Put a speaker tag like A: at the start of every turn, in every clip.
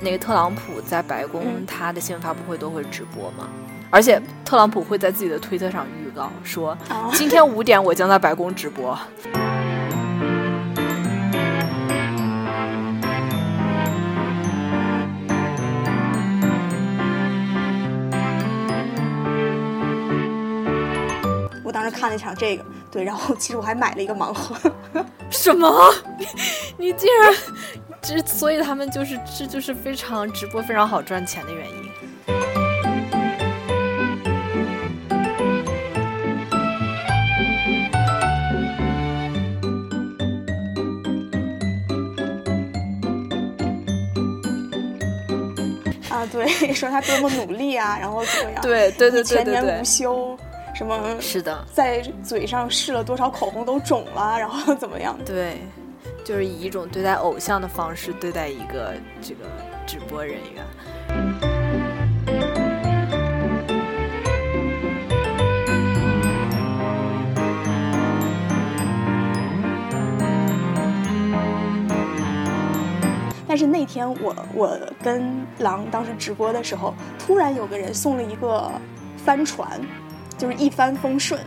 A: 那个特朗普在白宫
B: 嗯
A: 他的新闻发布会都会直播嘛，而且特朗普会在自己的推特上预告说，
B: 哦，
A: 今天五点我将在白宫直播。
B: 我当时看了一场这个，对，然后其实我还买了一个盲盒，
A: 什么？ 你你竟然这？所以他们就是这就是非常直播非常好赚钱的原因。
B: 啊，对，说他多么努力啊，然后怎么样，
A: 对对对
B: 你
A: 对
B: 全
A: 对
B: 年无
A: 对，
B: 休，什么
A: 是的，
B: 在嘴上试了多少口红都肿了，然后怎么样？
A: 对，就是以一种对待偶像的方式对待一个这个直播人员。
B: 但是那天我我跟狼当时直播的时候，突然有个人送了一个帆船，就是一帆风顺。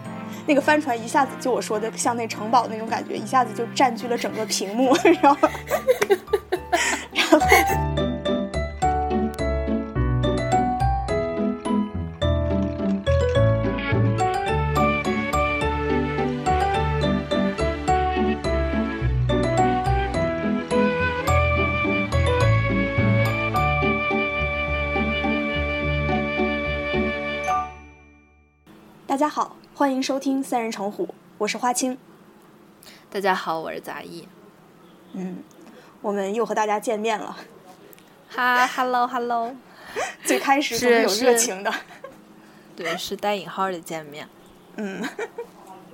B: 那个帆船一下子就我说的像那城堡那种感觉，一下子就占据了整个屏幕， 然后，然后，大家好，欢迎收听三人成虎，我是花青，
A: 大家好，我是杂 艺。
B: 嗯，我们又和大家见面了。
A: 哈，hello hello，
B: 最开始总
A: 是
B: 有
A: 是
B: 热情的，
A: 对，是带引号的见面。
B: 嗯。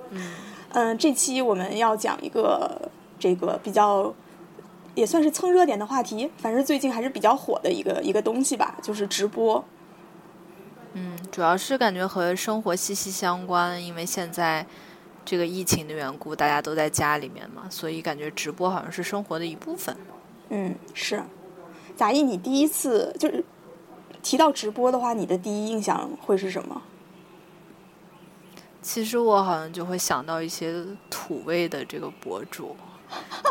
A: 嗯，
B: 嗯，这期我们要讲一个这个比较也算是蹭热点的话题，反正最近还是比较火的一个一个东西吧，就是直播。
A: 嗯，主要是感觉和生活息息相关，因为现在这个疫情的缘故，大家都在家里面嘛，所以感觉直播好像是生活的一部分。
B: 嗯，是。贾毅，你第一次就是提到直播的话，你的第一印象会是什么？
A: 其实我好像就会想到一些土味的这个博主，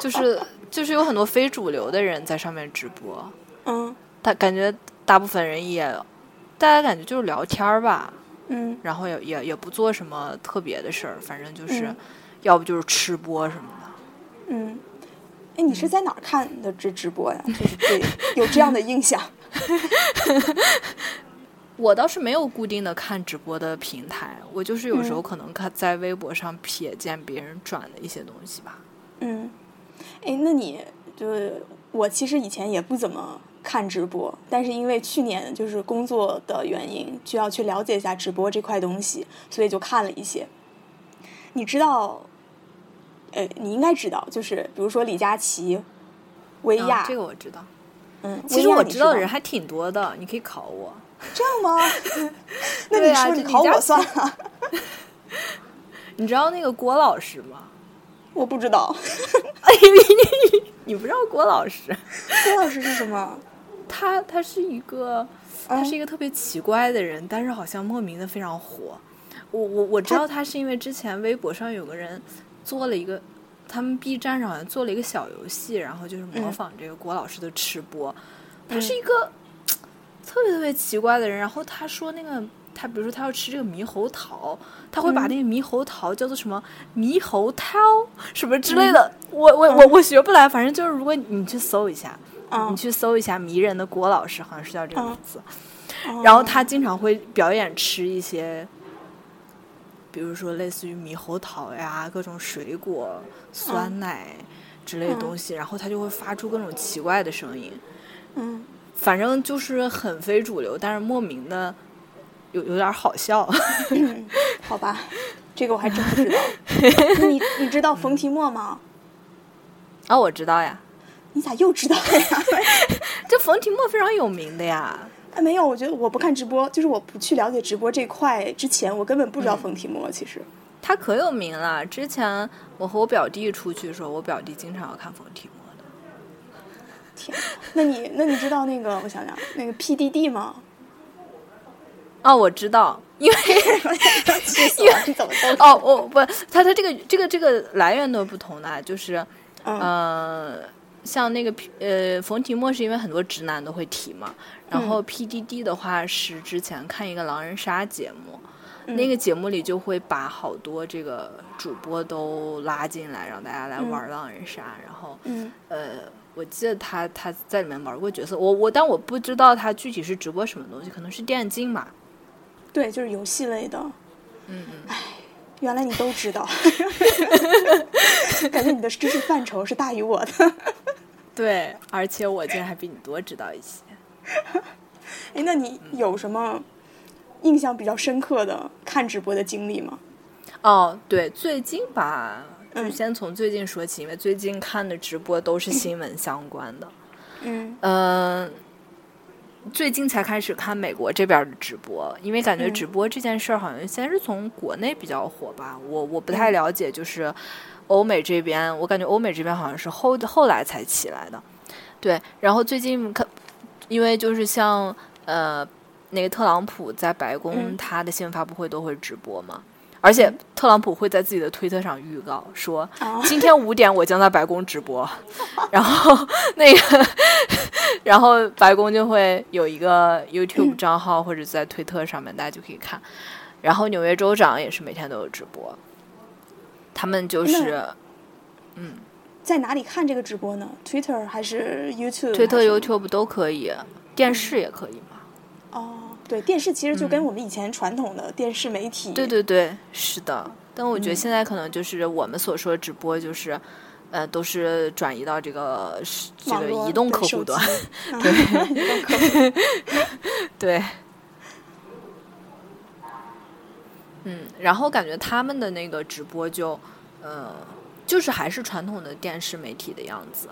A: 就是就是有很多非主流的人在上面直播，
B: 嗯
A: 他感觉大部分人也，大家感觉就是聊天儿吧，
B: 嗯
A: 然后也也也不做什么特别的事儿，反正就是，
B: 嗯
A: 要不就是吃播什么的。
B: 嗯。哎，你
A: 嗯
B: 是在哪儿看的这直播呀？就是对，有这样的印象。
A: 我倒是没有固定的看直播的平台，我就是有时候
B: 嗯
A: 可能看在微博上瞥见别人转的一些东西吧。
B: 嗯，哎，那你就是我其实以前也不怎么看直播，但是因为去年就是工作的原因，就要去了解一下直播这块东西，所以就看了一些。你知道，呃，你应该知道，就是比如说李佳琦、薇
A: 嗯
B: 娅，
A: 这个我知道，
B: 嗯，
A: 其实
B: 薇娅
A: 我
B: 你
A: 知道的
B: 吗
A: 人还挺多的，你可以考我。
B: 这样吗？ 那
A: 对
B: 你
A: 啊
B: 说
A: 就
B: 你
A: 李
B: 考
A: 佳
B: 我
A: 琦
B: 算了，
A: 你知道那个郭老师吗？
B: 我不 知道，
A: 你不知道郭老师，
B: 郭老师是什么？
A: 他他是一个，他是一个特别奇怪的人，但是好像莫名的非常火。我我我知道他是因为之前微博上有个人做了一个，他们 B 站上好像做了一个小游戏，然后就是模
B: 嗯
A: 仿这个郭老师的吃播。他是一个特别特别奇怪的人，然后他说那个。他比如说，他要吃这个猕猴桃，他会把
B: 嗯
A: 那个猕猴桃叫做什么猕猴桃什么之
B: 嗯
A: 类的。我我我我学不来，反正就是如果你去搜一下，
B: 嗯
A: 你去搜一下迷人的郭老师，好像是叫这个
B: 嗯
A: 名字。
B: 嗯
A: 然后他经常会表演吃一些，比如说类似于猕猴桃呀、各种水果、酸奶之类的东西，然后他就会发出各种奇怪的声音，
B: 嗯，
A: 反正就是很非主流，但是莫名的有有点好笑。
B: 好吧，这个我还真不知道。那你你知道冯提莫吗？
A: 啊，我知道呀，
B: 你咋又知道呀？
A: 这冯提莫非常有名的呀。
B: 哎没有，我觉得我不看直播，就是我不去了解直播这块之前，我根本不知道冯提莫。其实，
A: 他可有名了，之前我和我表弟出去的时候，我表弟经常要看冯提莫的。
B: 天，那你那你知道那个我想想那个 PDD 吗？
A: 哦，我知道，因 为
B: 哎气死了，你怎么都知道
A: 哦，我不，它它这个这个这个来源都不同的，就是
B: 嗯
A: 呃，像那个 P- 呃冯提莫是因为很多直男都会提嘛，
B: 嗯
A: 然后 PDD 的话是之前看一个狼人杀节目，
B: 嗯
A: 那个节目里就会把好多这个主播都拉进来，让大家来玩狼人杀，然后
B: 嗯
A: 呃，我记得他他在里面玩过角色，我我但我不知道他具体是直播什么东西，可能是电竞吧。
B: 对，就是游戏类的。嗯唉，原来你都知 道，感觉你的知识范畴是大于我的。
A: 对，而且我竟然还比你多知道一些。
B: 哎，那你有什么印象比较深刻的看直播的经历吗？
A: 哦，对，最近吧，就是
B: 嗯
A: 先从最近说起，因为最近看的直播都是新闻相关的。
B: 嗯
A: 嗯，最近才开始看美国这边的直播，因为感觉
B: 嗯
A: 直播这件事儿好像先是从国内比较火吧，我我不
B: 嗯
A: 太了解，就是欧美这边，我感觉欧美这边好像是后后来才起来的，对。然后最近看，因为就是像呃那个特朗普在白宫
B: 嗯
A: 他的新闻发布会都会直播嘛。而且特朗普会在自己的推特上预告说，
B: 啊，
A: 今天五点我将在白宫直播， 然后那个， 然后白宫就会有一个
B: 嗯
A: YouTube 账号或者在推特上面，大家就可以看。然后纽约州长也是每天都有直播，他们就是
B: 在哪里看这个直播呢？Twitter 还是 YouTube？
A: 推特、
B: 还是嗯
A: YouTube 都可以，电视也可以嘛？
B: 哦，对，电视其实就跟我们以前传统的电视媒体，
A: 嗯
B: 嗯
A: 对对对，是的。但我觉得现在可能就是我们所说的直播，就是呃，都是转移到这个是这
B: 网
A: 个
B: 络
A: 移动
B: 对
A: 客
B: 手
A: 户端
B: 机，嗯移动客户端
A: 对。嗯，然后感觉他们的那个直播就，呃，就是还是传统的电视媒体的样子，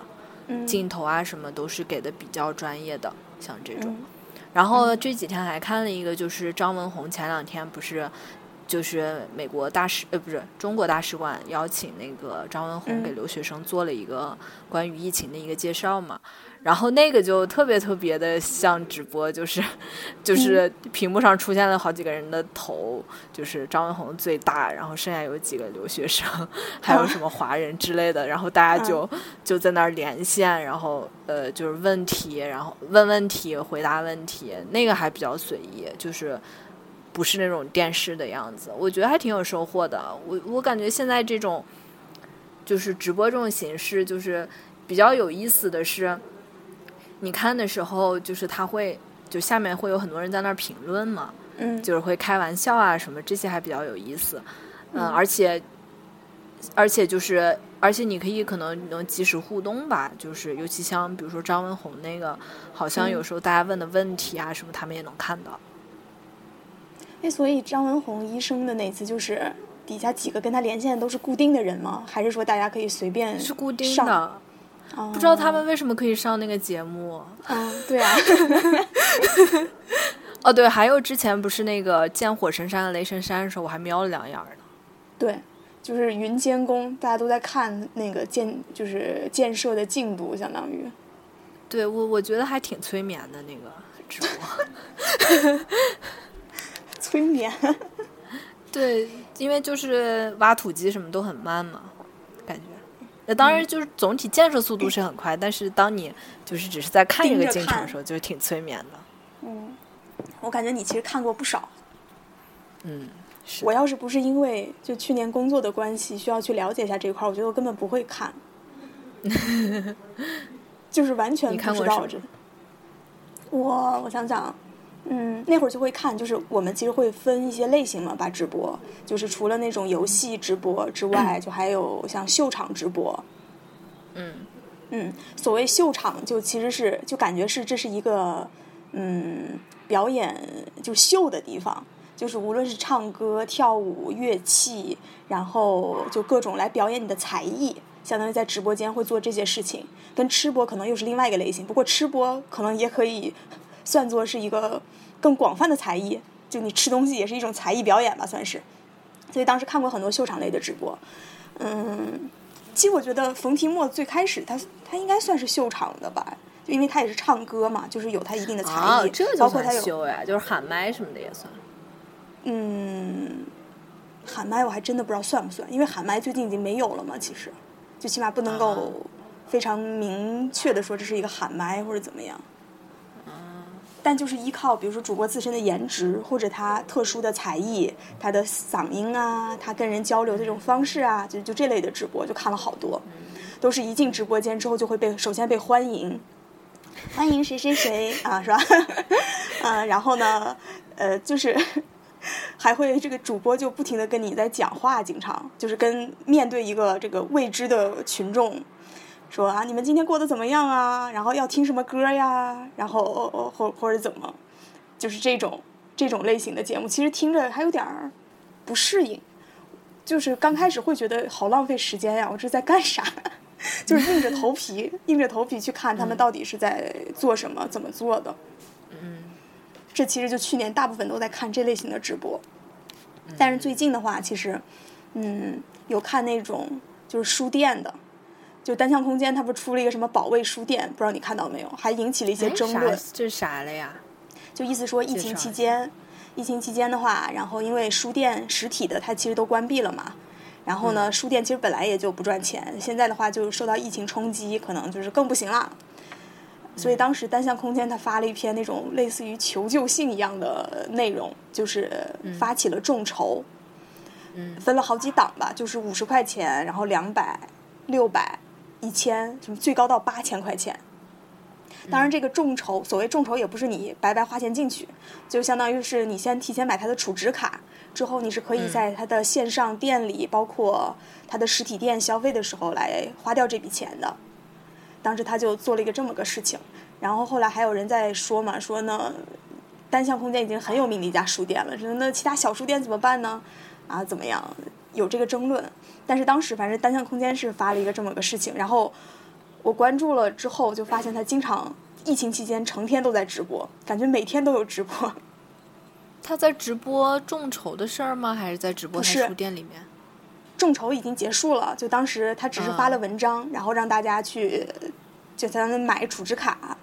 B: 嗯
A: 镜头啊什么都是给的比较专业的，像这种。
B: 嗯
A: 然后这几天还看了一个，就是张文宏前两天不是，就是美国大使呃不是中国大使馆邀请那个张文宏
B: 嗯
A: 给留学生做了一个关于疫情的一个介绍嘛，然后那个就特别特别的像直播，就是就是屏幕上出现了好几个人的头，就是张文宏最大，然后剩下有几个留学生， 还有什么华人之类的，然后大家就就在那儿连线，然后呃就是问题，然后问问题，回答问题，那个还比较随意，就是不是那种电视的样子，我觉得还挺有收获的。我我感觉现在这种就是直播这种形式，就是比较有意思的是，你看的时候就是他会就下面会有很多人在那儿评论嘛，
B: 嗯，
A: 就是会开玩笑啊什么，这些还比较有意思。嗯，而且而且就是而且你可以可能能及时互动吧，就是尤其像比如说张文宏那个，好像
B: 嗯
A: 有时候大家问的问题啊什么，他们也能看到。
B: 哎，所以张文宏医生的那次就是底下几个跟他连线的都是固定的人吗？还是说大家可以随便
A: 是固定
B: 上？
A: 的，不知道他们为什么可以上那个节目。
B: 嗯，对啊，
A: 哦，对，还有之前不是那个见火神山、雷神山的时候，我还瞄了两眼儿呢。
B: 对，就是云监工，大家都在看那个建，就是建设的进度，相当于。
A: 对我，我觉得还挺催眠的那个直 播。
B: 催眠，
A: 对，因为就是挖土机什么都很慢嘛，感觉。那当然，就是总体建设速度是很快，但是当你就是只是在看这
B: 盯
A: 个
B: 着
A: 进程的
B: 看
A: 时候，就是挺催眠的。
B: 我感觉你其实看过不少。
A: 嗯，是
B: 我要是不是因为就去年工作的关系需要去了解一下这一块儿，我觉得我根本不会 看，就是完全
A: 你
B: 不
A: 看
B: 知
A: 过
B: 道
A: 什
B: 这
A: 么。
B: 我我想想，嗯，那会儿就会看，就是我们其实会分一些类型嘛，把直播，就是除了那种游戏直播之外，就还有像秀场直播，
A: 嗯
B: 嗯，所谓秀场，就其实是就感觉是这是一个嗯表演就秀的地方，就是无论是唱歌、跳舞、乐器，然后就各种来表演你的才艺，相当于在直播间会做这些事情。跟吃播可能又是另外一个类型，不过吃播可能也可以算作是一个更广泛的才艺，就你吃东西也是一种才艺表演吧，算是。所以当时看过很多秀场类的直播，嗯，其实我觉得冯提莫最开始他他应该算是秀场的吧，就因为他也是唱歌嘛，就是有他一定的才
A: 啊
B: 艺，，
A: 这
B: 包
A: 就
B: 括他
A: 算
B: 有
A: 修呀，就是喊麦什么的也算。
B: 嗯，喊麦我还真的不知道算不算，因为喊麦最近已经没有了嘛，其实就起码不能
A: 啊
B: 够非常明确的说这是一个喊麦或者怎么样。但就是依靠，比如说主播自身的颜值，或者他特殊的才艺，他的嗓音啊，他跟人交流的这种方式啊，就就这类的直播，就看了好多，都是一进直播间之后就会被首先被欢迎，欢迎谁谁谁啊，是吧？ 啊，然后呢，呃，就是 还会这个主播就不停的跟你在讲话，经常就是跟面对一个这个未知的群众。说啊，你们今天过得怎么样啊？然后要听什么歌呀？然后哦哦或或者怎么，就是这种这种类型的节目，其实听着还有点儿不适应，就是刚开始会觉得好浪费时间呀，我这在干啥？ 就是硬着头皮，硬着头皮去看
A: 嗯
B: 他们到底是在做什么，怎么做的。
A: 嗯
B: 这其实就去年大部分都在看这类型的直播，
A: 嗯
B: 但是最近的话，其实，嗯，有看那种就是书店的，就单向空间，它不是出了一个什么保卫书店，不知道你看到没有，还引起了一些
A: 哎
B: 争
A: 啥
B: 论。
A: 这是啥了呀？
B: 就意思说
A: 介
B: 疫情
A: 绍
B: 期
A: 一下
B: 间，疫情期间的话，然后因为书店实体的它其实都关闭了嘛，然后
A: 嗯
B: 呢，书店其实本来也就不赚钱，现在的话就受到疫情冲击，可能就是更不行啦。所
A: 嗯
B: 以当时单向空间他发了一篇那种类似于求救信一样的内容，就是发起了众筹，
A: 嗯
B: 分了好几档吧，就是五十块钱，然后两百、六百、一千，什么最高到八千块钱。当然，这个众筹，所谓众筹也不是你白白花钱进去，就相当于是你先提前买它的储值卡，之后你是可以在它的线上店里，包括它的实体店消费的时候来花掉这笔钱的。当时他就做了一个这么个事情，然后后来还有人在说嘛，说呢，单向空间已经很有名的一家书店了，说那其他小书店怎么办呢？啊，怎么样？有这个争论，但是当时反正单向空间是发了一个这么个事情，然后我关注了之后就发现他经常疫情期间成天都在直播，感觉每天都有直播。
A: 他在直播众筹的事儿吗？还是在直播
B: 不
A: 他
B: 是
A: 书店里面？
B: 众筹已经结束了，就当时他只是发了文章，然后让大家去就咱们买储值卡，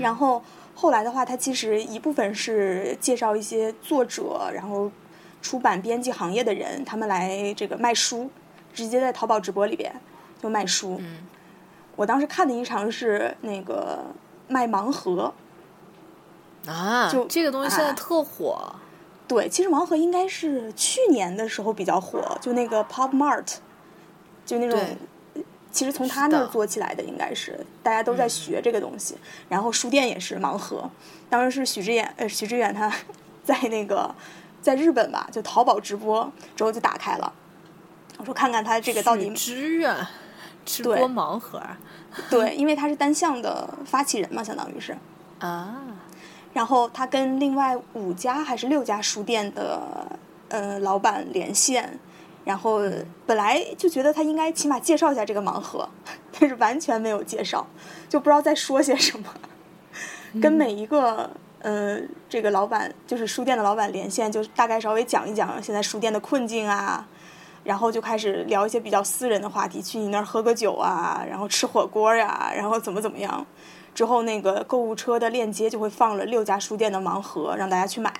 B: 然后后来的话，他其实一部分是介绍一些作者，然后出版编辑行业的人，他们来这个卖书，直接在淘宝直播里边就卖书。
A: 嗯
B: 我当时看的一场是那个卖盲盒，
A: 啊，
B: 就
A: 这个东西现在
B: 啊
A: 特火。
B: 对，其实盲盒应该是去年的时候比较火，就那个 Pop Mart，就那种
A: 对，
B: 其实从他那
A: 是
B: 儿
A: 的嗯
B: 做起来的，应该是大家都在学这个东西。然后书店也是盲盒，当时是许知远，呃，许知远他 在那个在日本吧，就淘宝直播之后就打开了，我说看看他这个到底
A: 许知远直播
B: 对
A: 盲盒
B: 对，因为他是单向的发起人嘛，相当于是。
A: 啊，
B: 然后他跟另外五家还是六家书店的呃老板连线，然后本来就觉得他应该起码介绍一下这个盲盒， 但是完全没有介绍，就不知道在说些什么。跟每一个呃这个老板，就是书店的老板连线，就大概稍微讲一讲现在书店的困境啊。然后就开始聊一些比较私人的话题，去你那儿喝个酒啊，然后吃火锅呀、然后怎么怎么样。之后那个购物车的链接就会放了六家书店的盲盒，让大家去买。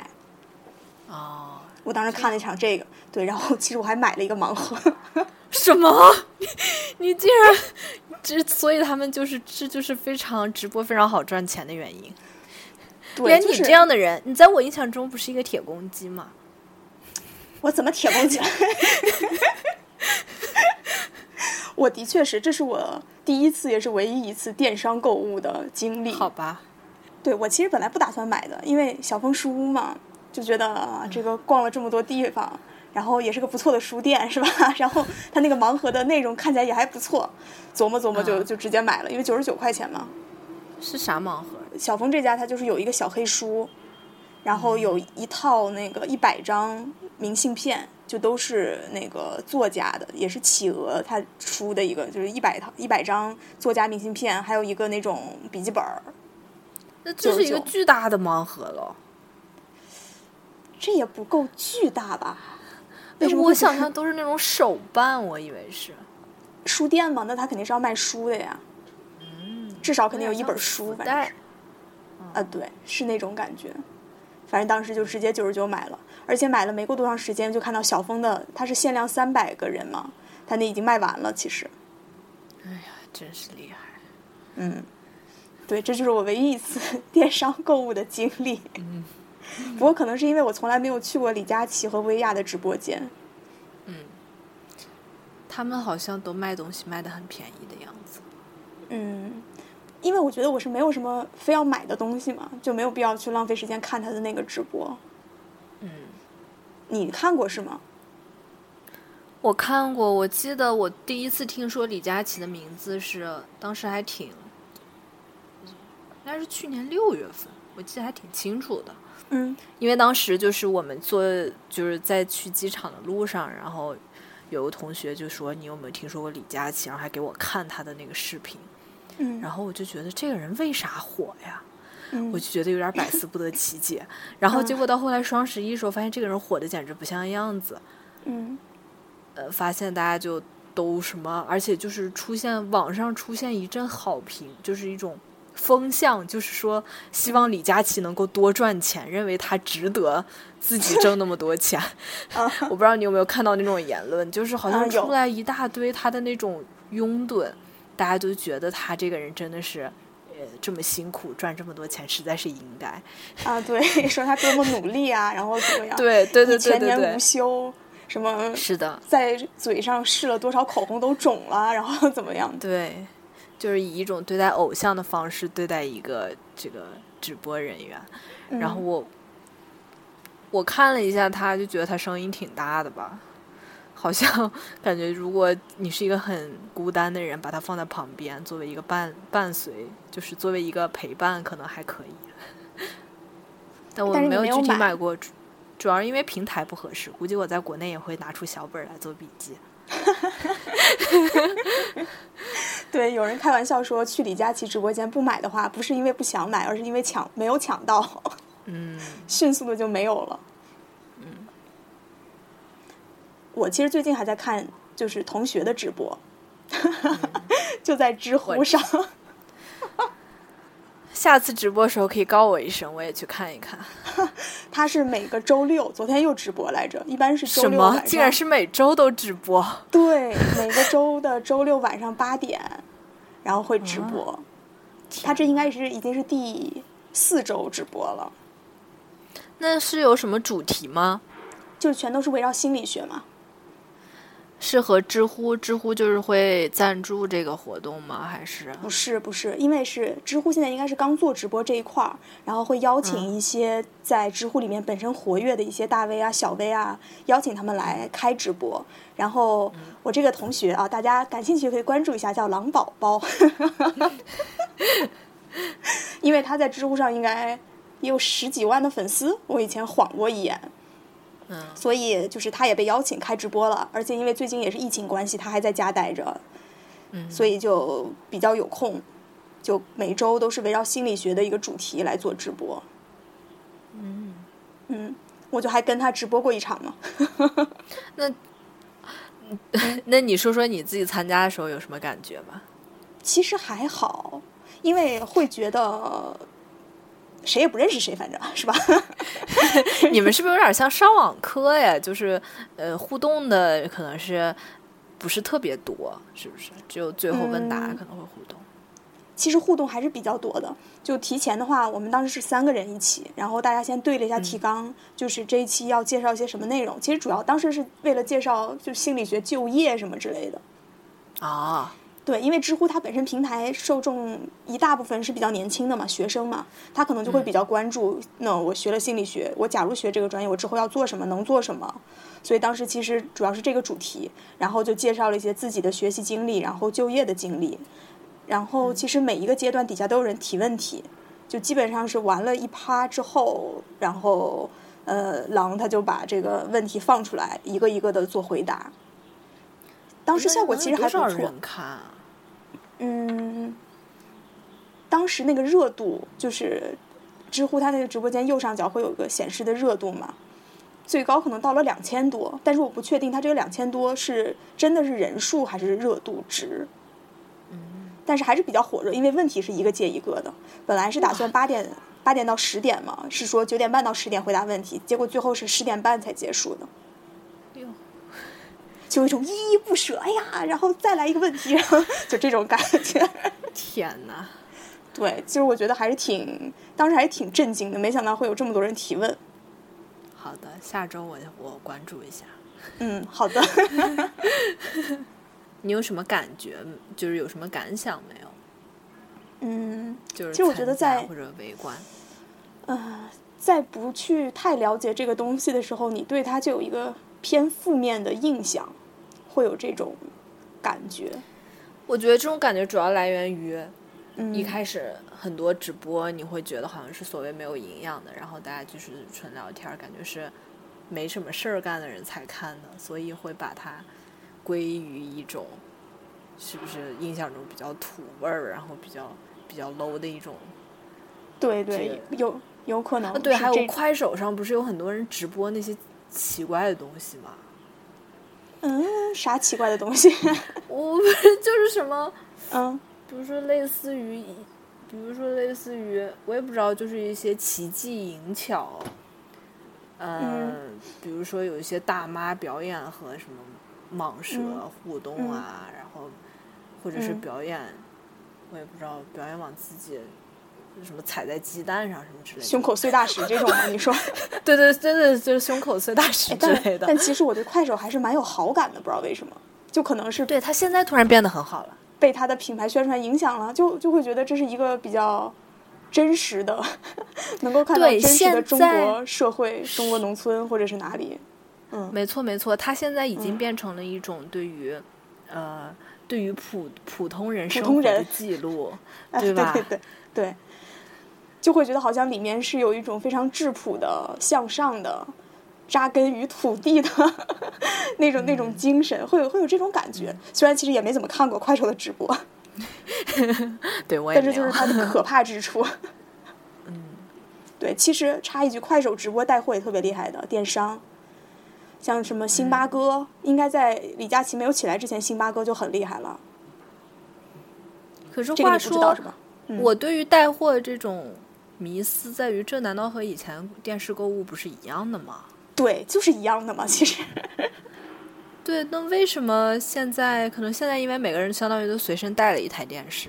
A: 哦，
B: 我当时看了一场这个，对，然后其实我还买了一个盲盒，
A: 什么？ 你你竟然这，所以他们就是这就是非常直播非常好赚钱的原因。
B: 对
A: 连
B: 就
A: 你
B: 是
A: 这样的人，你在我印象中不是一个铁公鸡吗？
B: 我怎么铁公鸡？ 我的确是，这是我第一次，也是唯一一次电商购物的经历。
A: 好吧，
B: 对我其实本来不打算买的，因为小峰书屋嘛，就觉得啊这个逛了这么多地方，然后也是个不错的书店，是吧？ 然后它那个盲盒的内容看起来也还不错，琢磨琢磨就
A: 啊
B: 就直接买了，因为九十九块钱嘛。
A: 是啥盲盒？
B: 小峰这家他就是有一个小黑书，然后有一套那个一百张明信片，就都是那个作家的，也是企鹅他出的一个，就是一百套一百张作家明信片，还有一个那种笔记本儿，
A: 那这是一个
B: 99
A: 巨大的盲盒了。
B: 这也不够巨大吧？为什么会
A: 哎我想 象都是那种 手办，我以为是。
B: 书店嘛，那他肯定是要卖书的呀。
A: 嗯，
B: 至少肯定有一本书，反正
A: 但
B: 是
A: 嗯
B: 啊，对，是那种感觉。反正当时就直接九十九买了，而且买了没过多长时间，就看到小峰的，它是限量三百个人嘛，他那已经卖完了，其实。
A: 哎呀，真是厉害。
B: 嗯，对，这就是我唯一一次 电商购物的经历。
A: 嗯
B: 不过可能是因为我从来没有去过李佳琦和薇娅的直播间，
A: 他们好像都卖东西卖的很便宜的样子。
B: 嗯，因为我觉得我是没有什么非要买的东西嘛，就没有必要去浪费时间看他的那个直播。
A: 嗯，
B: 你看过是吗？
A: 我看过，我记得我第一次听说李佳琦的名字是，当时还挺，应该是去年六月份，我记得还挺清楚的。
B: 嗯
A: 因为当时就是我们坐，就是在去机场的路上，然后有个同学就说你有没有听说过李佳琦，然后还给我看他的那个视频，
B: 嗯，
A: 然后我就觉得这个人为啥火呀？
B: 嗯
A: 我就觉得有点百思不得其解。然后结果到后来双十一的时候，发现这个人火的简直不像样子，
B: 嗯
A: 呃，发现大家就都什么，而且就是出现网上出现一阵好评，就是一种风向，就是说希望李佳琦能够多赚钱，认为他值得自己挣那么多钱。
B: 啊
A: 我不知道你有没有看到那种言论，就是好
B: 啊
A: 像
B: 有
A: 出来一大堆他的那种拥趸，大家都觉得他这个人真的是。呃，这么辛苦赚这么多钱，实在是应该。
B: 啊，对， 说他多么努力啊，然后怎么样？
A: 对对对
B: 你
A: 对
B: 全
A: 对
B: 年无
A: 对，
B: 休，什么
A: 是的，
B: 在嘴上试了多少口红都肿了，然后怎么样的？
A: 对，就是以一种对待偶像的方式对待一个这个直播人员。然
B: 嗯
A: 后我我看了一下他，就觉得他声音挺大的吧，好像 感觉如果你是一个很孤单的人，把他放在旁边作为一个伴伴随，就是作为一个陪伴，可能还可以。但我
B: 但是你
A: 没有
B: 没有
A: 具体
B: 买
A: 买过，主主要是因为平台不合适，估计我在国内也会拿出小本儿来做笔记。
B: 对，有人开玩笑说去李佳琦直播间不买的话，不是因为不想买，而是因为抢没有抢到，
A: 嗯
B: 迅速的就没有了。嗯，我其实最近还在看就是同学的直播，
A: 嗯
B: 就在知乎上。
A: 下次直播的时候可以告我一声，我也去看一看。
B: 他是每个周六，昨天又直播来着，一般是周
A: 什
B: 六
A: 么
B: 晚？
A: 竟
B: 上
A: 然。是每周都直播？
B: 对，每个周的周六晚上八点，然后会直
A: 啊
B: 播。他这应该是已经是第四周直播了，
A: 那是有什么主题吗？
B: 就是全都是围绕心理学嘛。
A: 是和知乎，知乎就是会赞助这个活动吗？还是
B: 不是不是，因为是知乎现在应该是刚做直播这一块儿，然后会邀请一些在知乎里面本身活跃的一些大 V 啊、小 V 啊，邀请他们来开直播。然后我这个同学啊，大家感兴趣可以关注一下，叫狼宝宝，因为他在知乎上应该也有十几万的粉丝，我以前晃过一眼。
A: 嗯
B: 所以就是他也被邀请开直播了，而且因为最近也是疫情关系，他还在家待着，
A: 嗯
B: 所以就比较有空，就每周都是围绕心理学的一个主题来做直播。嗯嗯，我就还跟他直播过一场嘛。
A: 那你说说你自己参加的时候有什么感觉 吧？
B: 其实还好，因为会觉得谁也不认识谁，反正是吧？
A: 你们是不是有点像上网课呀？就是呃，互动的可能是呃不是特别多，是不是？只有最后问答
B: 嗯
A: 可能会互动。
B: 其实互动还是比较多的。就提前的话，我们当时是三个人一起，然后大家先对了一下提纲，就是这一期要介绍一些什么内容。其实主要当时是为了介绍就心理学就业什么之类的。
A: 啊，
B: 对，因为知乎它本身平台受众一大部分是比较年轻的嘛，学生嘛，他可能就会
A: 嗯
B: 比较关注，那我学了心理学，我假如学这个专业，我之后要做什么，能做什么。所以当时其实主要是这个主题，然后就介绍了一些自己的学习经历，然后就业的经历，然后
A: 嗯
B: 其实每一个阶段底下都有人提问题，就基本上是玩了一趴之后，然后呃，狼他就把这个问题放出来，一个一个的做回答。当时效果其实还
A: 那
B: 不
A: 能有
B: 错。
A: 多少人看啊？
B: 嗯，当时那个热度就是知乎它那个直播间右上角会有一个显示的热度嘛，最高可能到了两千多，但是我不确定它这个两千多是真的是人数还是热度值。但是还是比较火热，因为问题是一个接一个的。本来是打算八点八点到十点嘛，是说九点半到十点回答问题，结果最后是十点半才结束的。
A: 哟，
B: 就有一种依依不舍，哎呀，然后再来一个问题，然后就这种感觉。
A: 天哪！
B: 对，其实我觉得还是挺，当时还是挺震惊的，没想到会有这么多人提问。
A: 好的，下周我我关注一下。
B: 嗯，好的。
A: 你有什么感觉？就是有什么感想没有？
B: 嗯，
A: 就是
B: 其实我觉得
A: 参加
B: 在
A: 或者围观，
B: 呃，在不去太了解这个东西的时候，你对它就有一个偏负面的印象，会有这种感觉。
A: 我觉得这种感觉主要来源于
B: 嗯，
A: 一开始很多直播，你会觉得好像是所谓没有营养的，然后大家就是纯聊天儿，感觉是没什么事儿干的人才看的，所以会把它归于一种是不是印象中比较土味儿，然后比较比较 low 的一种。
B: 对
A: 这
B: 对，有有可能
A: 啊，对，
B: 是
A: 还
B: 这
A: 有快手上不是有很多人直播那些奇怪的东西吗？
B: 嗯啥奇怪的东西，
A: 我不是就是什么，
B: 嗯
A: 比如说类似于，比如说类似于，我也不知道，就是一些奇技淫巧，嗯，比如说有一些大妈表演和什么蟒蛇
B: 嗯
A: 互动啊，然后或者是
B: 嗯
A: 表演，我也不知道表演往自己什么踩在鸡蛋上什么之类的，
B: 胸口碎大石这种吗？你说？
A: 对对对对，就是胸口碎大石
B: 哎
A: 之类
B: 但
A: 的。
B: 但其实我对快手还是蛮有好感的，不知道为什么，就可能是
A: 对他现在突然变得很好了。
B: 被它的品牌宣传影响了，就就会觉得这是一个比较真实的， 能够看到
A: 对
B: 真实的
A: 现
B: 中
A: 在
B: 国社会、中国农村或者是哪里。嗯
A: 没错，没错，它现在已经变成了一种对于，呃，对于普普通人生
B: 通
A: 活的
B: 人
A: 记 录，
B: 哎
A: 对吧？
B: 对对对，就会觉得好像里面是有一种非常质朴的、向上的、扎根于土地的 那种那
A: 嗯
B: 种精神，会有会有这种感觉。虽然其实也没怎么看过快手的直播，
A: 对我也
B: 但是
A: 没
B: 就
A: 有
B: 是。它的可怕之处。
A: 嗯，
B: 对，其实插一句，快手直播带货也特别厉害的，电商，像什么星
A: 嗯
B: 巴克，应该在李佳琦没有起来之前，星巴克就很厉害了。
A: 可是
B: 这个你
A: 话
B: 不知
A: 说
B: 道是，吧？嗯
A: 我对于带货这种迷思在于，这难道和以前电视购物不是一样的吗？
B: 对，就是一样的嘛，其实。
A: 对，那为什么现在可能现在因为每个人相当于都随身带了一台电视？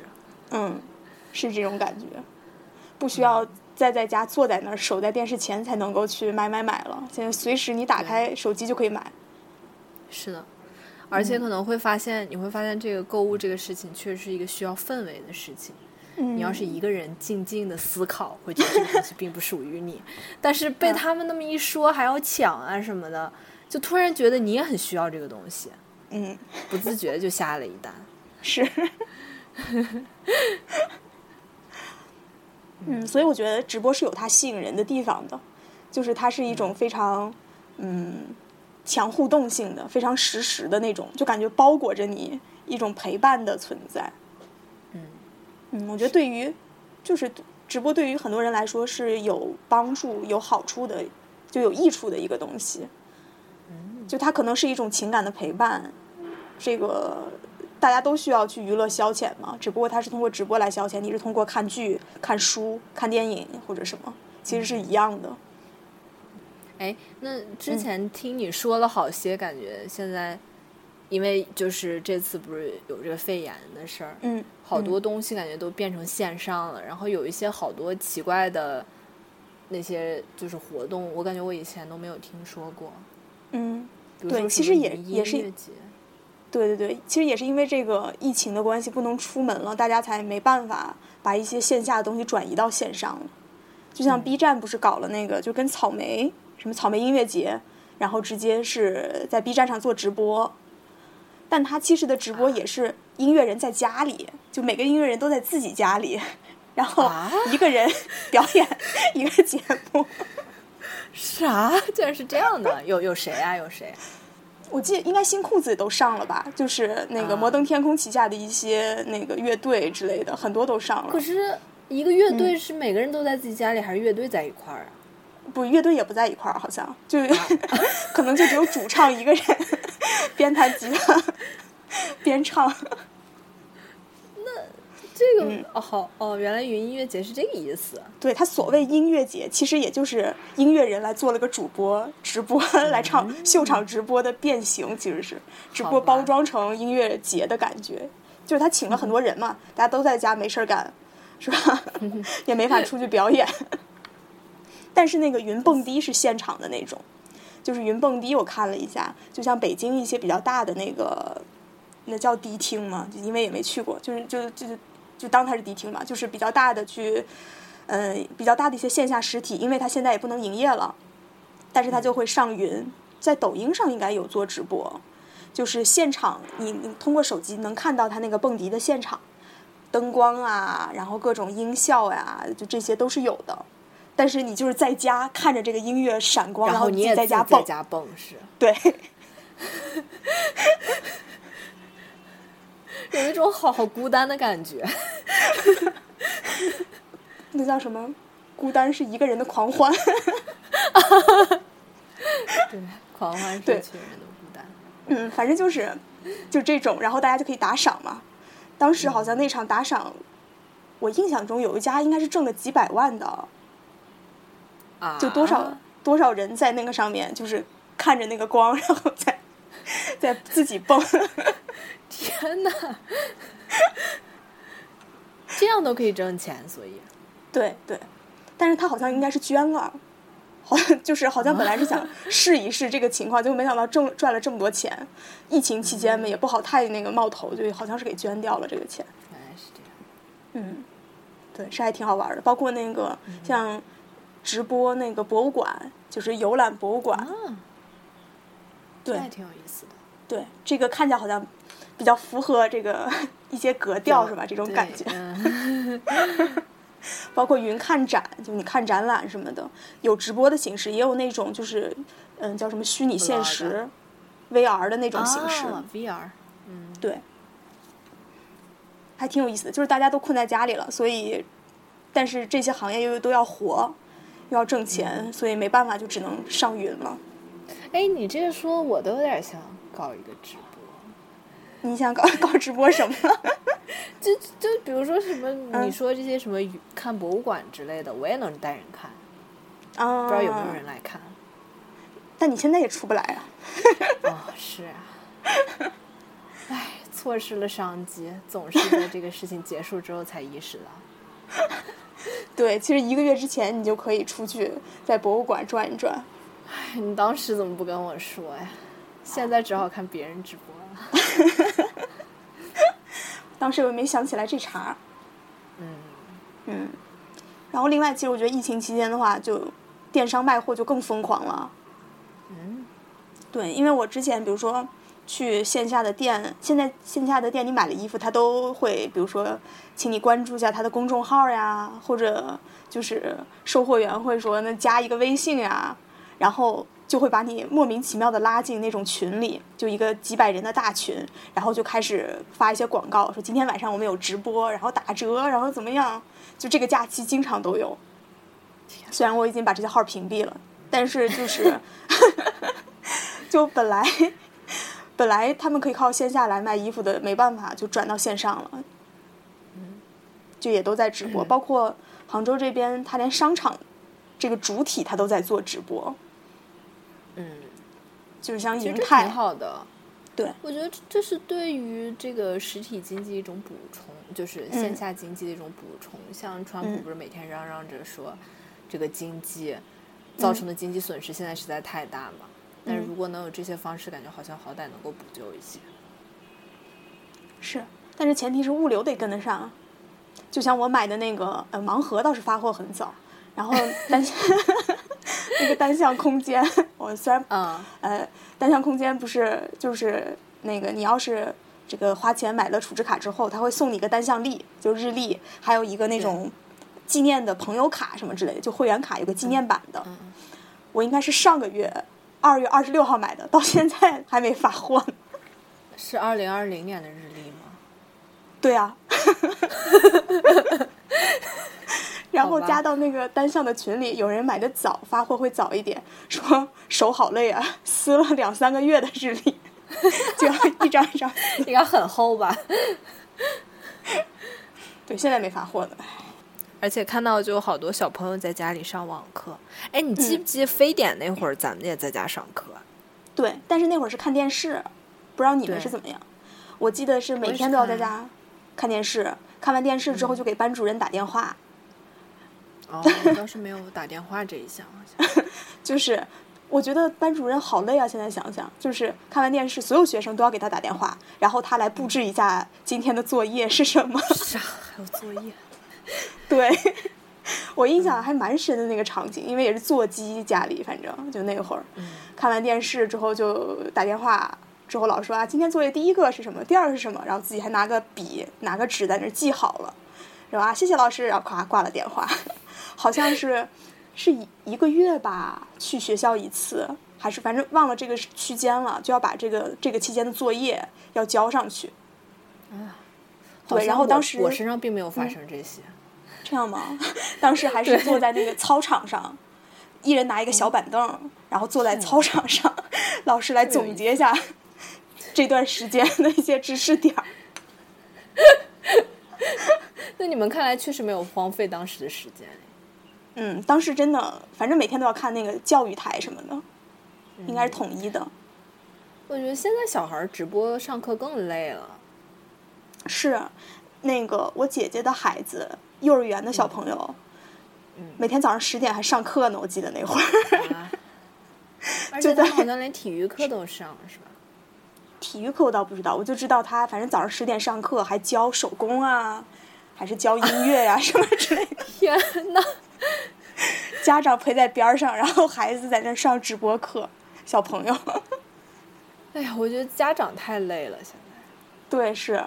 B: 嗯，是这种感觉，不需
A: 嗯
B: 要再在家坐在那儿守在电视前才能够去买买买了。现在随时你打开手机就可以买。
A: 是的，而
B: 嗯
A: 且可能会发现，你会发现这个购物这个事情确实是一个需要氛围的事情。
B: 嗯，
A: 你要是一个人静静的思考，会觉得这个东西并不属于 你，但是
B: 嗯
A: 被他们那么一说，还要抢啊什么的，就突然觉得你也很需要这个东西，
B: 嗯
A: 不自觉就下了一 单。
B: 是。嗯，所以我觉得直播是有它吸引人的地方的，就是它是一种非常嗯强互动性的、非常实时的那种，就感觉包裹着你一种陪伴的存在。
A: 嗯
B: 嗯，我觉得对于就是直播对于很多人来说是有帮助、有好处的，就有益处的一个东西。就它可能是一种情感的陪伴，这个大家都需要去娱乐消遣嘛。只不过它是通过直播来消遣，你是通过看剧、看书、看电影或者什么，其实是一样的。
A: 哎，那
B: 嗯
A: 之前听你说了好些，感觉现在因为就是这次不是有这个肺炎的事儿，
B: 嗯，
A: 好多东西感觉都变成线上了，然后有一些好多奇怪的那些就是活动，我感觉我以前都没有听说过。
B: 嗯，
A: 比如
B: 对
A: 说
B: 其
A: 什么
B: 实也
A: 云
B: 也是
A: 音乐节
B: 对对对，其实也是因为这个疫情的关系，不能出门了，大家才没办法把一些线下的东西转移到线上了。就像 B 站不是搞了那个，就跟草莓什么草莓音乐节，然后直接是在 B 站上做直播，但他其实的直播也是音乐人在家里，就每个音乐人都在自己家里， 然后
A: 啊
B: 一个人表演 一个节目。
A: 啥？ 竟然是这样的？有有谁啊？有谁？
B: 我记得应该新裤子也都上了吧，就是那个
A: 啊
B: 摩登天空旗下的一些那个乐队之类的，很多都上了。
A: 可是一个乐
B: 嗯
A: 队是每个人都在自己家里，还是乐队在一块儿啊？
B: 不，乐队也不在一块儿，好像就 可能就只有主唱一个人， 边弹吉他边唱。
A: 这个、
B: 嗯
A: 哦好哦，原来云音乐节是这个意思。
B: 对他所谓音乐节，其实也就是音乐人来做了个主播直播
A: 嗯
B: 来唱秀场直播的变形，其实是只不过
A: 好吧
B: 包装成音乐节的感觉。就是他请了很多人
A: 嗯
B: 嘛，大家都在家没事儿干，是吧？ 也没法出去表演。 但是那个云蹦迪是现场的那种，就是云蹦迪，我看了一下，就像北京一些比较大的那个，那叫迪厅嘛，就因为也没去过，就是就就就当它是迪厅吧，就是比较大的去，嗯、比较大的一些线下实体，因为它现在也不能营业了，但是它就会上云，在抖音上应该有做直播，就是现场你你通过手机能看到它那个蹦迪的现场，灯光啊，然后各种音效呀、就这些都是有的。但是你就是在家看着这个音乐闪光，然
A: 然后
B: 你
A: 你
B: 自
A: 也
B: 己在家
A: 自己
B: 蹦
A: 在，家蹦是，
B: 对，
A: 有一种好好孤单的感觉。
B: 那叫什么？孤单是一个人的狂欢。
A: 对，狂欢是
B: 对
A: 一群人的孤单。
B: 嗯，反正就是就这种，然后大家就可以打赏嘛。当时好像那场打赏，我印象中有一家应该是挣了几百万的，
A: 啊，
B: 就多少、多少人在那个上面，就是看着那个光，然后再再自己蹦。
A: 天哪， 这样都可以挣钱，所以
B: 对对，但是他好像应该是捐了，好像就是好像本来是想试一试这个情况，结果没想到挣赚了这么多钱。疫情期间嘛，也不好太那个冒头，就好像是给捐掉了这个钱。
A: 原来是这样。
B: 嗯，对，是还挺好玩儿的。包括那个
A: 嗯
B: 像直播那个博物馆，就是游览博物馆，
A: 啊，这
B: 对
A: 还挺有意思的。
B: 对，这个看起来好像比较符合这个 一些格调是吧？这种感觉
A: 对。 嗯
B: 包括云看展，就你看展览什么的，有直播的形式，也有那种就是嗯叫什么虚拟现实 VR 的那种形式，
A: 啊，VR，嗯，
B: 对，还挺有意思的。就是大家都困在家里了，所以但是这些行业又都要活，又要挣钱，所以没办法就只能上云了。
A: 哎，你这个说我都有点想搞一个直播，
B: 你想搞 搞直播什么？
A: 就就比如说什么，
B: 嗯
A: 你说这些什么鱼看博物馆之类的，我也能带人看，
B: 啊，
A: 不知道有没有人？来看。
B: 但你现在也出不来啊。
A: 哦，是啊，哎，错失了商机，总是在这个事情结束之后才意识到。
B: 对，其实一个月之前你就可以出去在博物馆转一转。
A: 哎， 你当时怎么不跟我说呀？现在只好看别人直播了。
B: 当时我也没想起来这茬儿。
A: 嗯，
B: 嗯，然后另外，其实我觉得疫情期间的话，就电商卖货就更疯狂了。
A: 嗯，
B: 对，因为我之前比如说去线下的店，现在线下的店你买了衣服，他都会比如说请你关注一下他的公众号呀，或者就是售货员会说那加一个微信呀，然后就会把你莫名其妙的拉进那种群里，就一个几百人的大群，然后就开始发一些广告，说今天晚上我们有直播，然后打折，然后怎么样，就这个假期经常都有。虽然我已经把这些号屏蔽了，但是就是 就本来本来他们可以靠线下来卖衣服的，没办法就转到线上了，
A: 嗯
B: 就也都在直播，包括杭州这边，他连商场这个主体他都在做直播，
A: 嗯，
B: 就是像
A: 其实
B: 银
A: 这
B: 泰
A: 嗯挺，好的。
B: 对，
A: 我觉得这这是对于这个实体经济一种补充，就是线
B: 嗯
A: 下经济的一种补充。像川普
B: 嗯
A: 不是每天嚷嚷着说，这个经济造成的经济损失现在实在太大嘛。但是
B: 嗯
A: 如果能有这些方式，感觉好像好歹能够补救一些。
B: 是，但是前提是物流得跟得上。啊就像我买的那个呃盲盒，倒是发货很早，然后单 那个单向空间，我虽然
A: 嗯，
B: 呃，单向空间不是就是那个你要是这个花钱买了储值卡之后，他会送你一个单向历，就日历，还有一个那种纪念的朋友卡什么之类的，就会员卡有个纪念版的。
A: 嗯
B: 我应该是上个月二月二十六号买的，到现在还没发货呢。
A: 是二零二零年的日历吗？
B: 对啊。然后
A: 好吧
B: 加到那个单向的群里，有人买的早，发货会早一点，说手好累啊，撕了两三个月的日 历，就要一张一张
A: 应该很厚吧？
B: 对，现在没法混了。
A: 而且看到就有好多小朋友在家里上网课。哎，你记不记得非典那会儿咱们也在家上课啊？
B: 对，但是那会儿是看电视，不知道你们
A: 对
B: 是怎么样。我记得是每
A: 我也
B: 天
A: 是
B: 都要在
A: 看
B: 家看电视，看完电视之后就给班主任打电话，
A: 哦，我倒是没有打电话这一项，好像
B: 就是我觉得班主任好累啊！现在想想，就是看完电视，所有学生都要给他打电话，然后他来布置一下今天的作业是什么。
A: 是啊， 还有作业。
B: 对，我印象还蛮深的那个场景，因为也是座机家里，反正就那会儿，
A: 嗯
B: 看完电视之后就打电话，之后老师说啊，今天作业第一个是什么，第二个是什么，然后自己还拿个笔、拿个纸在那儿记好了，然后啊，谢谢老师，然后咵挂了电话， 好像是是一一个月吧，去学校一次。还是反正忘了这个区间了，就要把这个这个期间的作业要交上去。
A: 啊好
B: 对，
A: 像
B: 然后
A: 我
B: 当时
A: 我身上并没有发生这些。
B: 这样吗？ 当时还是坐在那个操场上，一人拿一个小板凳，然后坐在操场上， 老师来总结一下 这段时间的一些知识点儿。
A: 那你们看来确实没有荒废当时的时间。
B: 嗯，当时真的，反正每天都要看那个教育台什么的，应该是统一的。
A: 我觉得现在小孩儿直播上课更累 了。
B: 是那个我姐姐的孩子，幼儿园的小朋友，每天早上十点还上课呢，我记得那会儿。
A: 啊而且
B: 就在
A: 他好像连体育课都上，是吧？
B: 体育课我倒不知道，我就知道他反正早上十点上课，还教手工啊，还是教音乐呀、什么之类的。
A: 天呐，
B: 家长陪在边儿上，然后孩子在那上直播课，小朋友。
A: 哎呀，我觉得家长太累了，现在。
B: 对，是，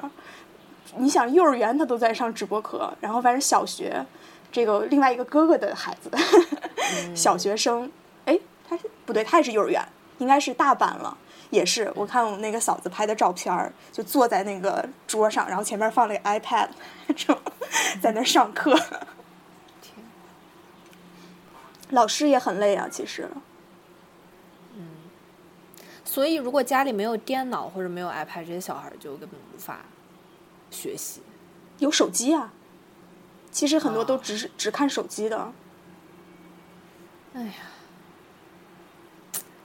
B: 你想幼儿园他都在上直播课，然后反正小学，这个另外一个哥哥的孩子， 小学生，哎，他是不对，他也是幼儿园，应该是大班了。也是，我看我们那个嫂子拍的照片儿，就坐在那个桌上，然后前面放了个 iPad，这种在那上课。
A: 天，
B: 老师也很累啊，其实。
A: 所以如果家里没有电脑或者没有 iPad，这些小孩儿就根本无法学习。
B: 有手机啊，其实很多都
A: 哦
B: 只是、只看手机的。
A: 哎呀，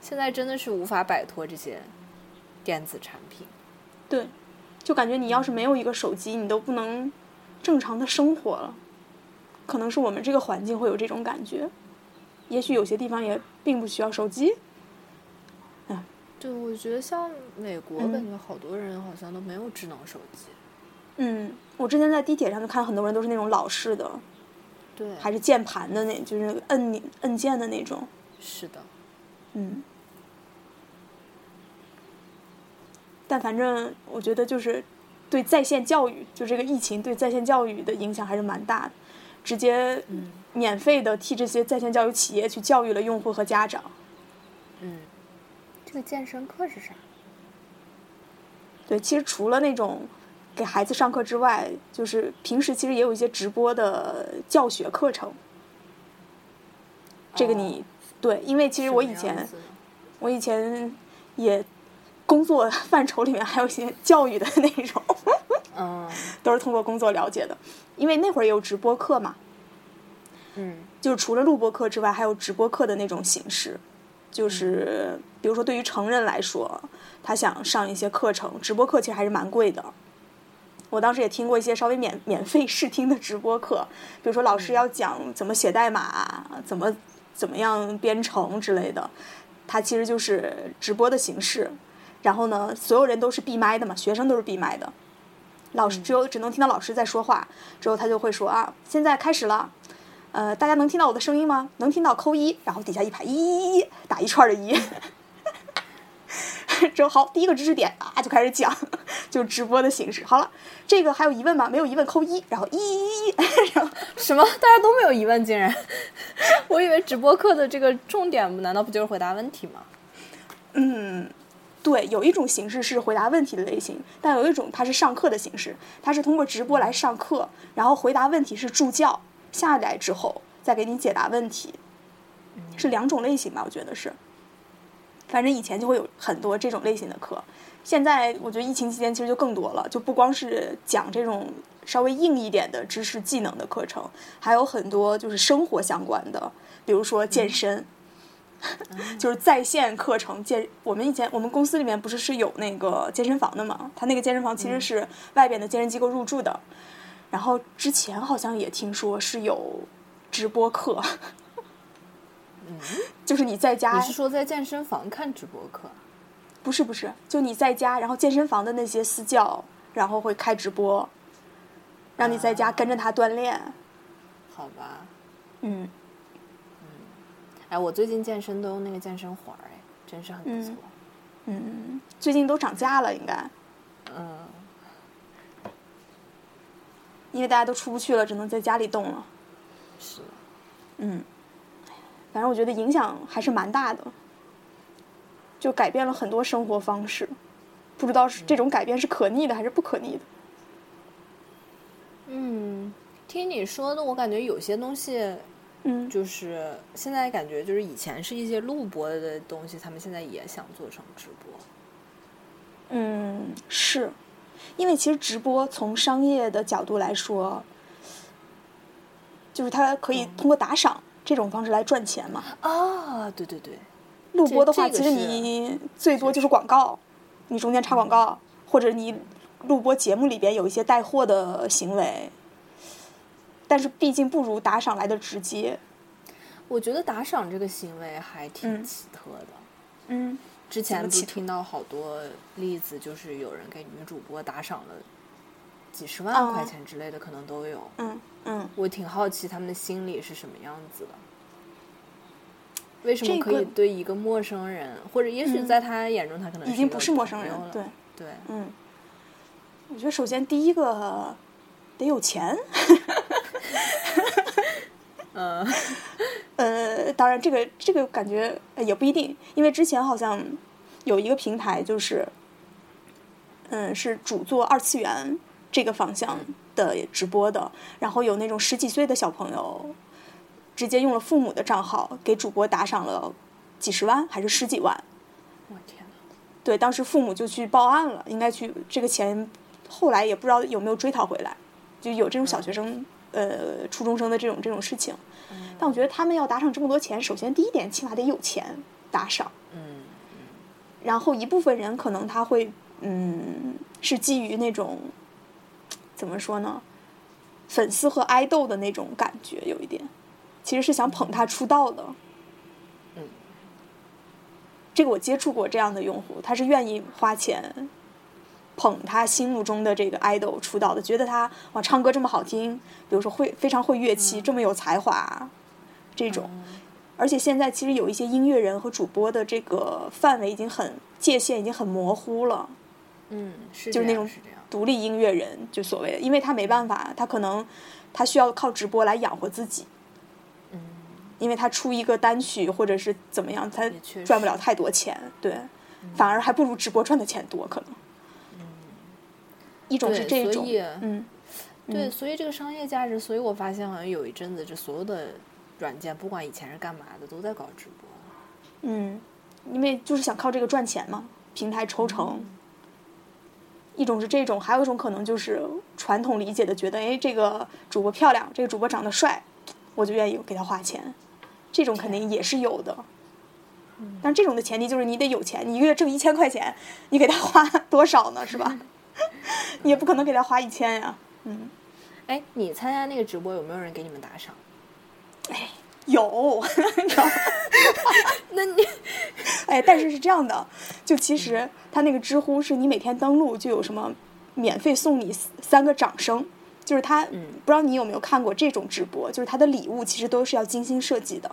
A: 现在真的是无法摆脱这些电子产品。
B: 对，就感觉你要是没有一个手机，你都不能正常的生活了。可能是我们这个环境会有这种感觉，也许有些地方也并不需要手机。
A: 对，我觉得像美国，
B: 嗯
A: 感觉好多人好像都没有智能手机。
B: 嗯，我之前在地铁上就看很多人都是那种老式的，
A: 对，
B: 还是键盘的那，就是那个摁钮摁键的那种。
A: 是的。
B: 嗯，但反正我觉得就是对在线教育，就这个疫情对在线教育的影响还是蛮大的，直接
A: 嗯
B: 免费的替这些在线教育企业去教育了用户和家长。
A: 嗯，这个健身课是啥？
B: 对，其实除了那种给孩子上课之外，就是平时其实也有一些直播的教学课程。这个你、对，因为其实我以
A: 什么哦样
B: 前
A: 子呢
B: 我以前也工作 范畴里面还有一些教育的内容，
A: 嗯
B: 都是通过工作了解的。因为那会儿也有直播课嘛，
A: 嗯
B: 就是除了录播课之外，还有直播课的那种形式。就是比如说，对于成人来说，他想上一些课程，直播课其实还是蛮贵的。我当时也听过一些稍微免免费试听的直播课，比如说老师要讲怎么写代码、怎么怎么样编程之类的，它其实就是直播的形式。然后呢，所有人都是闭麦的嘛，学生都是闭麦的，老师只有只能听到老师在说话，之后他就会说啊，现在开始了。呃，大家能听到我的声音吗？能听到扣一，然后底下一排一一一打一串儿的一， 之后好，第一个知识点啊就开始讲， 就直播的形式。好了，这个还有疑问吗？没有疑问扣一，然后一一 一，然后
A: 什么？大家都没有疑问，竟然？ 我以为直播课的这个重点难道不就是回答问题吗？
B: 对，有一种形式是回答问题的类型，但有一种它是上课的形式，它是通过直播来上课，然后回答问题是助教下来之后再给你解答问题，是两种类型吧？我觉得是。反正以前就会有很多这种类型的课，现在我觉得疫情期间其实就更多了，就不光是讲这种稍微硬一点的知识技能的课程，还有很多就是生活相关的，比如说健身，
A: 嗯
B: 就是在线课程健。我们以前我们公司里面不是是有那个健身房的嘛，它那个健身房其实是外边的健身机构入驻的，然后之前好像也听说是有直播课， 就是你在
A: 嗯
B: 家
A: 你是说在健身房看直播课？
B: 不是不是，就你在家，然后健身房的那些私教，然后会开直播，让你在家跟着他锻炼。
A: 好吧，
B: 嗯，
A: 哎，我最近健身都用那个健身环儿，哎，真是很不错。
B: 最近都涨价了，应该
A: 嗯
B: 因为大家都出不去了，只能在家里动了。
A: 是的，
B: 嗯，反正我觉得影响还是蛮大的，就改变了很多生活方式。不知道是这种改变是可逆的还是不可逆的。
A: 嗯，听你说的，我感觉有些东西
B: 嗯
A: 就是现在感觉就是以前是一些录播的东西，他们现在也想做成直播。
B: 嗯，是，因为其实直播从商业的角度来说，就是它可
A: 嗯
B: 以通过打赏这种方式来赚钱嘛。
A: 啊，对对对，
B: 录播的
A: 这
B: 话，
A: 这
B: 其
A: 个
B: 实
A: 是嗯
B: 你最多就是广告，你中间插广告，或者你录播节目里边有一些带货的行为，但是毕竟不如打赏来的直接。
A: 我觉得打赏这个行为还挺
B: 嗯
A: 奇特的。
B: 嗯，
A: 之前
B: 么
A: 不
B: 奇
A: 是
B: 特
A: 听到好多例子，就是有人给女主播打赏了几十万块
B: 哦
A: 钱之类的，可能都有。
B: 嗯嗯，
A: 我挺好奇他们的心理是什么样子的，为什么
B: 这
A: 可以
B: 个嗯
A: 对一个陌生人，或者也许在他眼中，他可能
B: 已
A: 一
B: 经
A: 个
B: 不是陌生人
A: 朋友了
B: 对
A: 对，
B: 嗯，我觉得首先第一个得有钱。
A: 嗯，
B: 呃，当然这个这个感觉呃也不一定，因为之前好像有一个平台就是，嗯，是主做二次元这个方向的直播的，然后有那种十几岁的小朋友直接用了父母的账号给主播打赏了几十万还是十几万，
A: 我天哪，
B: 对，当时父母就去报案了，应该去这个钱，后来也不知道有没有追讨回来，就有这种小学
A: 嗯
B: 生、呃初中生的这种这种事情。但我觉得他们要打赏这么多钱，首先第一点起码得有钱打赏，
A: 嗯
B: 然后一部分人可能他会嗯是基于那种怎么说呢，粉丝和爱豆的那种感觉有一点，其实是想捧他出道的。
A: 嗯，
B: 这个我接触过这样的用户，他是愿意花钱捧他心目中的这个 idol 出道的，觉得他哇唱歌这么好听，比如说会非常会乐器，这么有才华，这种。而且现在其实有一些音乐人和主播的这个范围已经很界限已经很模糊了，
A: 嗯，是
B: 就是
A: 这
B: 那
A: 样
B: 种
A: 是这样，
B: 独立音乐人就所谓的，因为他没办法，他可能他需要靠直播来养活自己，
A: 嗯。
B: 因为他出一个单曲或者是怎么样，他
A: 也确
B: 赚不
A: 实嗯
B: 了太多钱，对，反而还不如直播赚的钱多，可能。一种是
A: 对
B: 这
A: 所
B: 种
A: 以，
B: 嗯，
A: 对，所以这个商业价值，所以我发现好像有一阵子，这所有的软件，不管以前是干嘛的，都在搞直播。
B: 嗯，因为就是想靠这个赚钱嘛，平台抽成。一种是这种，还有一种可能就是传统理解的，觉得哎，这个主播漂亮，这个主播长得帅，我就愿意给他花钱，这种肯定也是有的。但这种的前提就是你得有钱，你一个月挣一千块钱，你给他花多少呢？是吧？ 你也不可能给他花一千呀。嗯，
A: 哎，你参加那个直播有没有人给你们打赏？
B: 有，你知道吗
A: 那你
B: 哎，但是是这样的，就其实它那个知乎是你每天登录就有什么免费送你三个掌声，就是它，
A: 嗯
B: 不知道你有没有看过这种直播，就是它的礼物其实都是要精心设计的，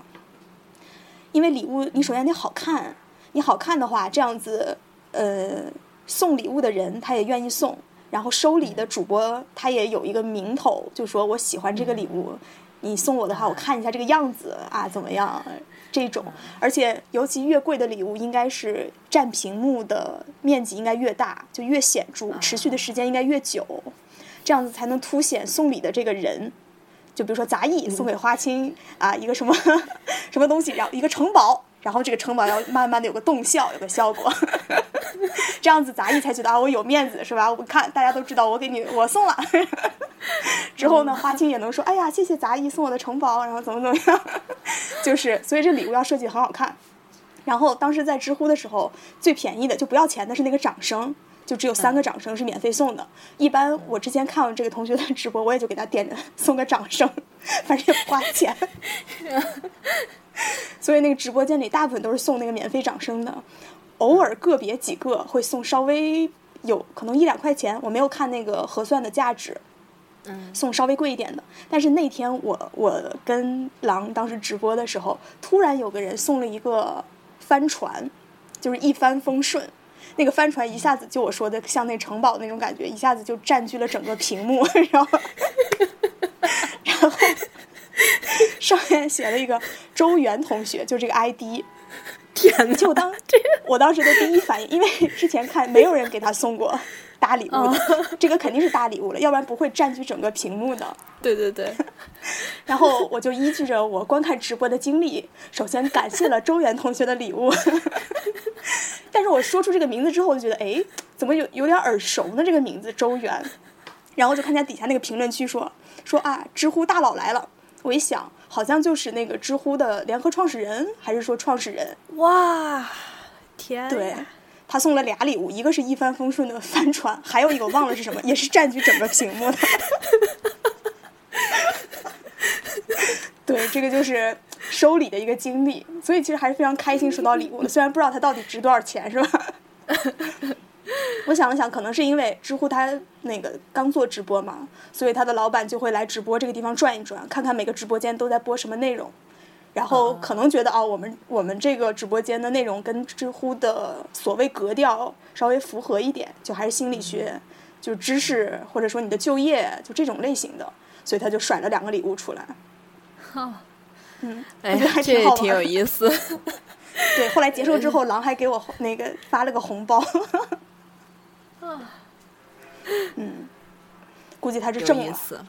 B: 因为礼物你首先得好看，你好看的话，这样子，呃，送礼物的人他也愿意送，然后收礼的主播他也有一个名头，就说我喜欢这个礼物，你送我的话，我看一下这个样子啊怎么样，这种，而且尤其越贵的礼物，应该是占屏幕的面积应该越大，就越显著，持续的时间应该越久，这样子才能凸显送礼的这个人。 就比如说杂役送给花青啊，一个什么什么东西，然后一个城堡，然后这个城堡要慢慢的有个动效，有个效果， 这样子杂役才觉得啊，我有面子是吧？我看大家都知道我给你我送了，之后呢，花青也能说，哎呀，谢谢杂役送我的城堡，然后怎么怎么样， 就是所以这礼物要设计得很好看。然后当时在知乎的时候，最便宜的就不要钱的是那个掌声，就只有三个掌声是免费送的。一般我之前看了这个同学的直播，我也就给他点送个掌声， 反正也不花钱。所以那个直播间里大部分都是送那个免费掌声的，偶尔个别几个会送稍微有可能一两块钱，我没有看那个核算的价值，
A: 嗯
B: 送稍微贵一点的。但是那天我我跟狼当时直播的时候，突然有个人送了一个帆船，就是一帆风顺。那个帆船一下子就我说的像那城堡那种感觉，一下子就占据了整个屏幕， 然后，然后上面写了一个周元同学，就这个 ID，
A: 天哪，
B: 就我当我当时的第一反应，因为之前看没有人给他送过大礼物的，这个肯定是大礼物了，要不然不会占据整个屏幕的。
A: 对对 对，
B: 然后我就依据着我观看直播的经历，首先感谢了周元同学的礼物。 但是我说出这个名字之后，我就觉得，哎，怎么有有点耳熟呢？这个名字周元。然后就看见底下那个评论区说说啊，知乎大佬来了。我一想，好像就是那个知乎的联合创始人，还是说创始人？
A: 哇，天
B: 对
A: 呀，
B: 他送了俩礼物，一个是一帆风顺的帆船，还有一个我忘了是什么，也是占据整个屏幕的。 对，这个就是收礼的一个经历，所以其实还是非常开心收到礼物的，虽然不知道它到底值多少钱，是吧？ 我想了想，可能是因为知乎它那个刚做直播嘛，所以它的老板就会来直播这个地方转一转，看看每个直播间都在播什么内容。然后
A: 嗯
B: 可能觉得啊，我们我们这个直播间的内容跟知乎的所谓格调稍微符合一点，就还是心理学，
A: 嗯
B: 就是知识或者说你的就业，就这种类型的，所以他就甩了两个礼物出来。嗯，
A: 哎
B: 我觉得
A: 呀，
B: 还
A: 这
B: 挺
A: 也
B: 好
A: 挺有
B: 玩儿。
A: 意思。
B: 对，后来结束之
A: 嗯
B: 后，狼还给我那个发了个红包。 嗯，估计他是
A: 有
B: 挣
A: 意
B: 了。
A: 思。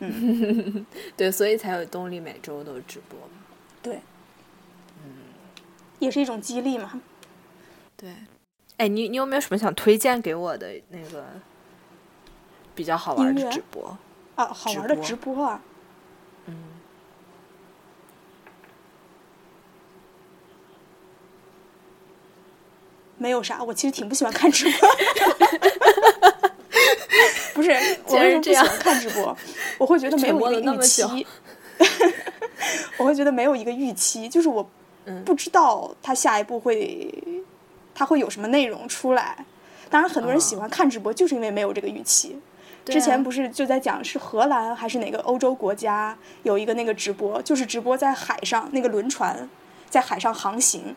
A: 嗯， 对，所以才有动力每周都直播嘛。
B: 对，嗯，也是一种激励嘛。
A: 对，哎，你你有没有什么想推荐给我的那个比较好玩
B: 音
A: 的
B: 乐
A: 直播？
B: 啊，好
A: 直
B: 玩的
A: 播
B: 直播啊！
A: 嗯，
B: 没有啥，我其实挺不喜欢看直播。 不是，我
A: 然
B: 为什么
A: 这
B: 不喜
A: 样
B: 欢看直播？我会觉得没有
A: 沉
B: 一
A: 默
B: 个
A: 了那
B: 预
A: 么久
B: 期，我会觉得没有一个预期，就是我
A: 嗯
B: 不知道他下一步会他会有什么内容出来。当然，很多人喜
A: 啊
B: 欢看直播，就是因为没有这个预期。
A: 对
B: 之
A: 啊
B: 前不是就在讲是荷兰还是哪个欧洲国家有一个那个直播，就是直播在海上那个轮船在海上航行，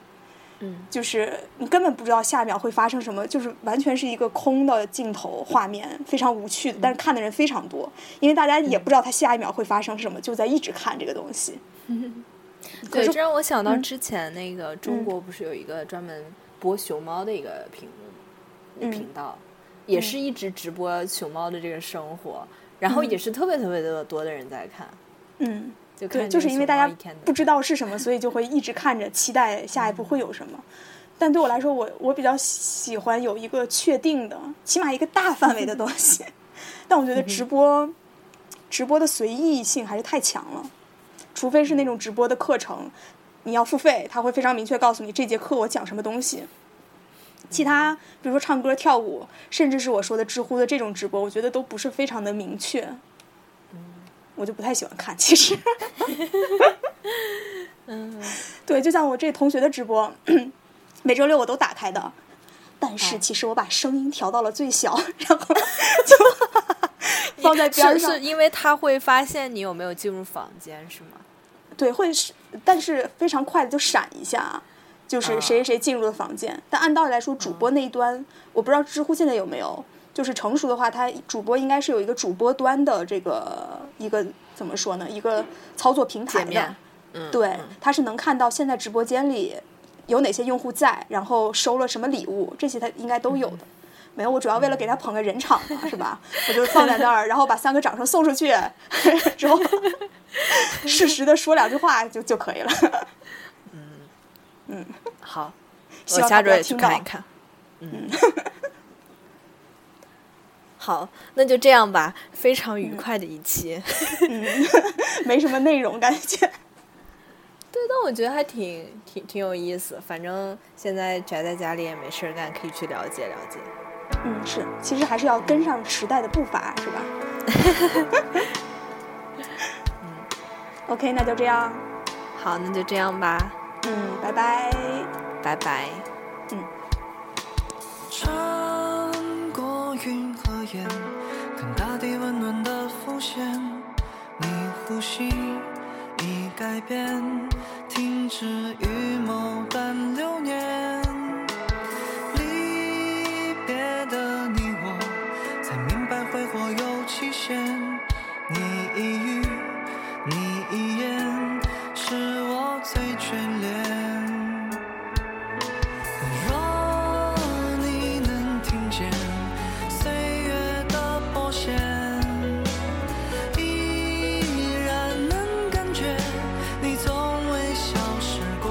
A: 嗯，
B: 就是你根本不知道下一秒会发生什么，就是完全是一个空的镜头画面，非常无趣的，
A: 嗯
B: 但是看的人非常多，因为大家也不知道他下一秒会发生什么，就在一直看这个东 西。
A: 对，
B: 是
A: 这让我想到
B: 嗯
A: 之前那个中
B: 嗯
A: 国不是有一个专门播熊猫的一个屏幕、
B: 嗯
A: 频道，也是一直直播熊猫的这个生活，然后也是特别特别的多的人在看，
B: 嗯，
A: 就看
B: 对，
A: 这个
B: 就是因为
A: 熊
B: 大
A: 猫
B: 家
A: 一天的嗯
B: 不知道是什么，所以就会一直看着，期待下一步会有什么。但对我来说，我我比较喜欢有一个确定的，起码一个大范围的东西。 但我觉
A: 嗯
B: 得直播，直播的随意性还是太强了，除非是那种直播的课程，你要付费，他会非常明确告诉你这节课我讲什么东西。其他，比如说唱歌、跳舞，甚至是我说的知乎的这种直播，我觉得都不是非常的明确，我就不太喜欢看。其实，
A: 嗯，
B: 对，就像我这同学的直播，每周六我都打开的，但是
A: 哦
B: 其实我把声音调到了最小，然后就 放在边
A: 是
B: 儿上
A: 是。因为他会发现你有没有进入房间是吗？
B: 对，会是，但是非常快的就闪一下，啊就是
A: 啊
B: 谁谁谁进入了房间。但按道理来说，主
A: 嗯
B: 播那一端，我不知道知乎现在有没有，就是成熟的话，它主播应该是有一个主播端的这个一个怎么说呢，一个操作平台
A: 界
B: 的
A: 面。，嗯，
B: 对，它是能看到现在直播间里有哪些用户在，然后收了什么礼物，这些它应该都有的。没有，我主要为了给他捧个人场嘛，是吧？我就放在那儿，然后把三个掌声送出去，之后适时的说两句话就就可以了。嗯，
A: 好，
B: 希
A: 我
B: 望
A: 下
B: 大
A: 周
B: 家
A: 也去
B: 听到
A: 看一看。嗯， 好，那就这样吧，非常
B: 嗯
A: 愉快的一期。
B: 没什么内容感觉。
A: 对，但我觉得还挺挺挺有意思。反正现在宅在家里也没事儿干，可以去了解了解。
B: 嗯，是，其实还是要跟上时代的步伐，是吧？OK，那就这样，
A: 好，那就这样吧，
B: 嗯，拜拜。
A: 拜拜。
C: 穿过云和烟，看大地温暖的浮现。你呼吸已改变，停止与某段流年。离别的你我，才明白挥霍有期限。你一语，你一言，是我最眷恋。若你能听见岁月的拨弦，依然能感觉你从未消失过，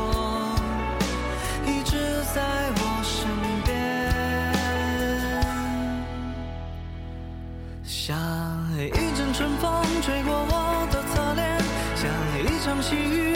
C: 一直在我身边。像一阵春风吹过我的侧脸，像一场细雨